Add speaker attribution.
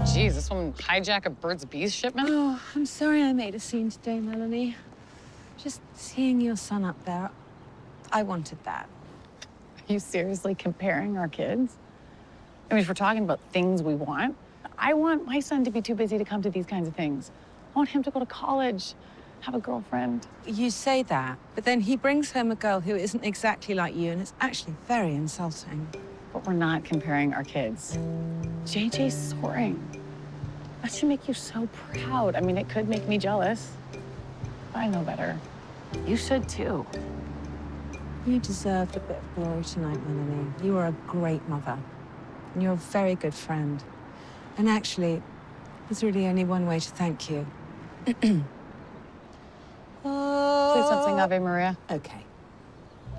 Speaker 1: Jeez, this woman hijack a bird's bees shipment?
Speaker 2: Oh, I'm sorry I made a scene today, Melanie. Just seeing your son up there, I wanted that.
Speaker 1: Are you seriously comparing our kids? I mean, if we're talking about things we want, I want my son to be too busy to come to these kinds of things. I want him to go to college, have a girlfriend.
Speaker 2: You say that, but then he brings home a girl who isn't exactly like you, and it's actually very insulting.
Speaker 1: But we're not comparing our kids. JJ's soaring. That should make you so proud. I mean, it could make me jealous. But I know better. You should too.
Speaker 2: You deserved a bit of glory tonight, Melanie. You are a great mother, and you're a very good friend. And actually, there's really only one way to thank you.
Speaker 1: Say something, Ave Maria.
Speaker 2: Okay.